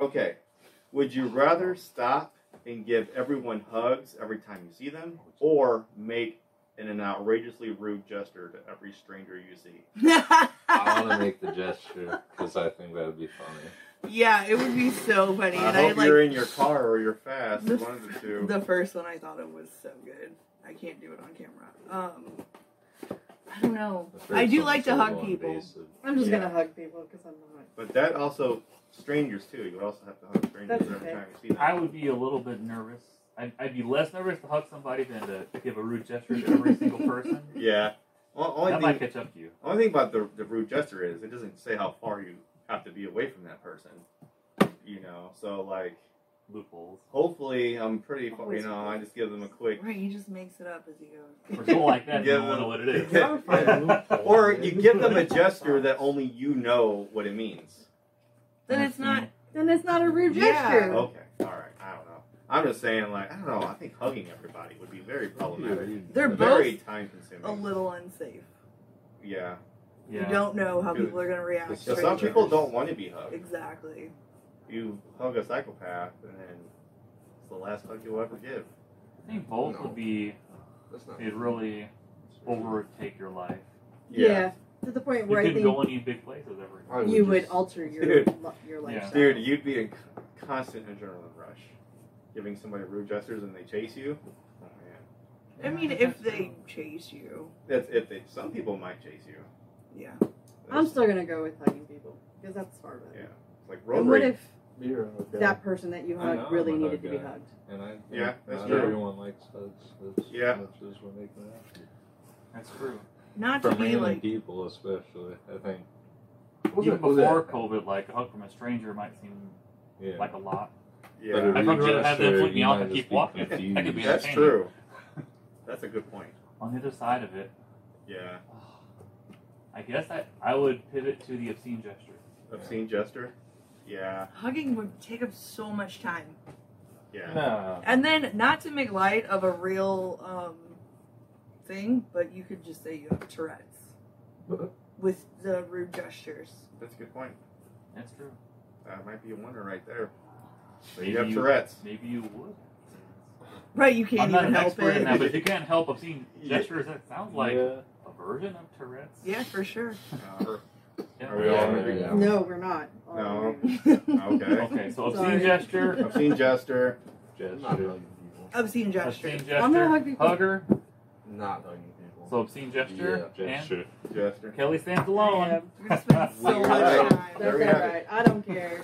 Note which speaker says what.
Speaker 1: Okay. Would you rather stop and give everyone hugs every time you see them, or make an outrageously rude gesture to every stranger you see?
Speaker 2: I want to make the gesture because I think that would be funny.
Speaker 3: yeah, it would be so funny.
Speaker 1: I
Speaker 3: And
Speaker 1: hope
Speaker 3: I
Speaker 1: you're
Speaker 3: like
Speaker 1: in your car or you're fast.
Speaker 3: The-
Speaker 1: One of the two.
Speaker 3: the first one. I thought it was so good. I can't do it on camera. Um, I don't know.
Speaker 2: The
Speaker 3: I
Speaker 2: first
Speaker 3: do
Speaker 2: one's
Speaker 3: like
Speaker 2: a
Speaker 3: to
Speaker 2: little
Speaker 3: hug people.
Speaker 2: invasive.
Speaker 4: I'm just
Speaker 1: Yeah.
Speaker 4: gonna hug people because I'm not.
Speaker 1: but that also strangers too. You would also have to hug strangers
Speaker 4: That's
Speaker 1: every
Speaker 4: okay.
Speaker 1: time you see them.
Speaker 5: I would be a little bit nervous. I'd, I'd be less nervous to hug somebody than to give a rude gesture to every single person.
Speaker 1: Yeah. O- Only
Speaker 5: That
Speaker 1: thing,
Speaker 5: might catch up to you.
Speaker 1: only thing about the, the rude gesture is it doesn't say how far you have to be away from that person. You know, so like,
Speaker 5: Loopholes.
Speaker 1: hopefully I'm pretty. far- You
Speaker 4: Always
Speaker 1: know,
Speaker 4: rude.
Speaker 1: I just give them a quick.
Speaker 3: Right, he just makes it up as he goes.
Speaker 5: For someone like that, you
Speaker 1: Give
Speaker 5: don't
Speaker 1: them-
Speaker 5: know what it is.
Speaker 4: I would find a
Speaker 1: Or you give them a gesture that only you know what it means.
Speaker 3: Then it's not.
Speaker 4: Then it's not a rude
Speaker 3: Yeah.
Speaker 4: gesture.
Speaker 1: Okay, all right. I don't know. I'm just saying, like, I don't know. I think hugging everybody would be very problematic.
Speaker 3: They're
Speaker 1: Very time
Speaker 3: A
Speaker 1: consuming.
Speaker 3: little unsafe.
Speaker 1: Yeah.
Speaker 5: Yeah.
Speaker 3: You don't know how people are going to react.
Speaker 2: It's
Speaker 3: to
Speaker 1: So
Speaker 2: just
Speaker 1: some
Speaker 3: strangers.
Speaker 1: people don't want to be hugged.
Speaker 3: Exactly.
Speaker 1: You hug a psychopath, and then it's the last hug you'll ever give.
Speaker 5: I think both
Speaker 2: No.
Speaker 5: would be.
Speaker 2: That's not
Speaker 5: It'd really overtake your life.
Speaker 4: Yeah. To the point
Speaker 5: You
Speaker 4: where I
Speaker 5: couldn't
Speaker 4: think
Speaker 5: go any big places ever.
Speaker 2: I
Speaker 4: you
Speaker 2: just-
Speaker 4: would alter your
Speaker 1: Dude.
Speaker 4: lo- your
Speaker 5: Yeah.
Speaker 4: lifestyle.
Speaker 1: Dude, you'd be in constant adrenaline rush. Giving somebody rude gestures and they chase you. Oh man,
Speaker 3: I mean, if they chase you,
Speaker 1: that's if they. Some people might chase you.
Speaker 3: yeah.
Speaker 4: I'm still gonna go with hugging people because that's far better.
Speaker 1: Yeah. It's like road
Speaker 4: And what
Speaker 1: rage.
Speaker 4: if
Speaker 2: You're okay.
Speaker 4: that person that you
Speaker 2: I know,
Speaker 4: hugged
Speaker 2: I'm
Speaker 4: really
Speaker 2: a hug
Speaker 4: needed to be
Speaker 2: guy.
Speaker 4: hugged?
Speaker 2: And I think
Speaker 1: Yeah, that's
Speaker 2: not
Speaker 1: true.
Speaker 2: everyone likes hugs. That's,
Speaker 1: Yeah.
Speaker 2: That's just what makes it
Speaker 5: That's true.
Speaker 3: Not
Speaker 2: happen.
Speaker 3: to
Speaker 2: For
Speaker 3: be
Speaker 2: mainly
Speaker 3: like.
Speaker 2: people, especially, I think.
Speaker 5: Even
Speaker 2: Was it-
Speaker 5: before COVID, like a hug from a stranger might seem
Speaker 2: Yeah.
Speaker 5: like a lot.
Speaker 2: But a
Speaker 1: yeah,
Speaker 5: I'd
Speaker 2: rude
Speaker 5: probably have them
Speaker 2: gesture,
Speaker 5: flip me
Speaker 2: you
Speaker 5: off
Speaker 2: might
Speaker 5: and
Speaker 2: just
Speaker 5: keep
Speaker 2: be
Speaker 5: walking.
Speaker 2: confused.
Speaker 5: That could be
Speaker 1: that's
Speaker 5: entertaining.
Speaker 1: true. That's a good point.
Speaker 5: On the other side of it,
Speaker 1: Yeah,
Speaker 5: I guess I, I would pivot to the obscene gesture.
Speaker 1: obscene gesture. Yeah,
Speaker 3: Hugging would take up so much time.
Speaker 1: yeah.
Speaker 2: Nah.
Speaker 3: And then, not to make light of a real um, thing, but you could just say you have Tourette's with the rude gestures.
Speaker 1: That's a good point.
Speaker 5: That's true.
Speaker 1: That might be a wonder right there. So
Speaker 5: Maybe
Speaker 1: you have
Speaker 5: you-
Speaker 1: Tourette's.
Speaker 5: Maybe you would.
Speaker 3: Right, you can't
Speaker 5: I'm not
Speaker 3: even
Speaker 5: an
Speaker 3: help
Speaker 5: expert in
Speaker 3: it.
Speaker 5: that, but if you can't help obscene
Speaker 1: Yeah.
Speaker 5: gestures, that sounds like
Speaker 2: Yeah.
Speaker 5: a version of Tourette's.
Speaker 3: Yeah, for sure.
Speaker 1: Uh,
Speaker 5: Yeah.
Speaker 1: Are we all
Speaker 2: Yeah.
Speaker 1: agreed?
Speaker 4: No, we're not. all
Speaker 1: No.
Speaker 4: agreeing.
Speaker 1: Okay.
Speaker 5: Okay, so obscene
Speaker 4: Sorry.
Speaker 5: gesture,
Speaker 1: obscene gesture.
Speaker 2: Gesture.
Speaker 6: Not hugging people.
Speaker 3: Obscene gesture.
Speaker 5: obscene
Speaker 4: I'm gonna
Speaker 5: gesture,
Speaker 4: hug people.
Speaker 5: hugger.
Speaker 6: Not hugging people.
Speaker 5: So obscene gesture,
Speaker 2: Gesture.
Speaker 1: Gesture.
Speaker 5: and Kelly stands
Speaker 4: Yeah,
Speaker 5: alone.
Speaker 3: We're gonna spend so
Speaker 1: Weird.
Speaker 3: much time.
Speaker 4: That's
Speaker 1: There
Speaker 4: all
Speaker 1: we have it.
Speaker 4: right. I don't care.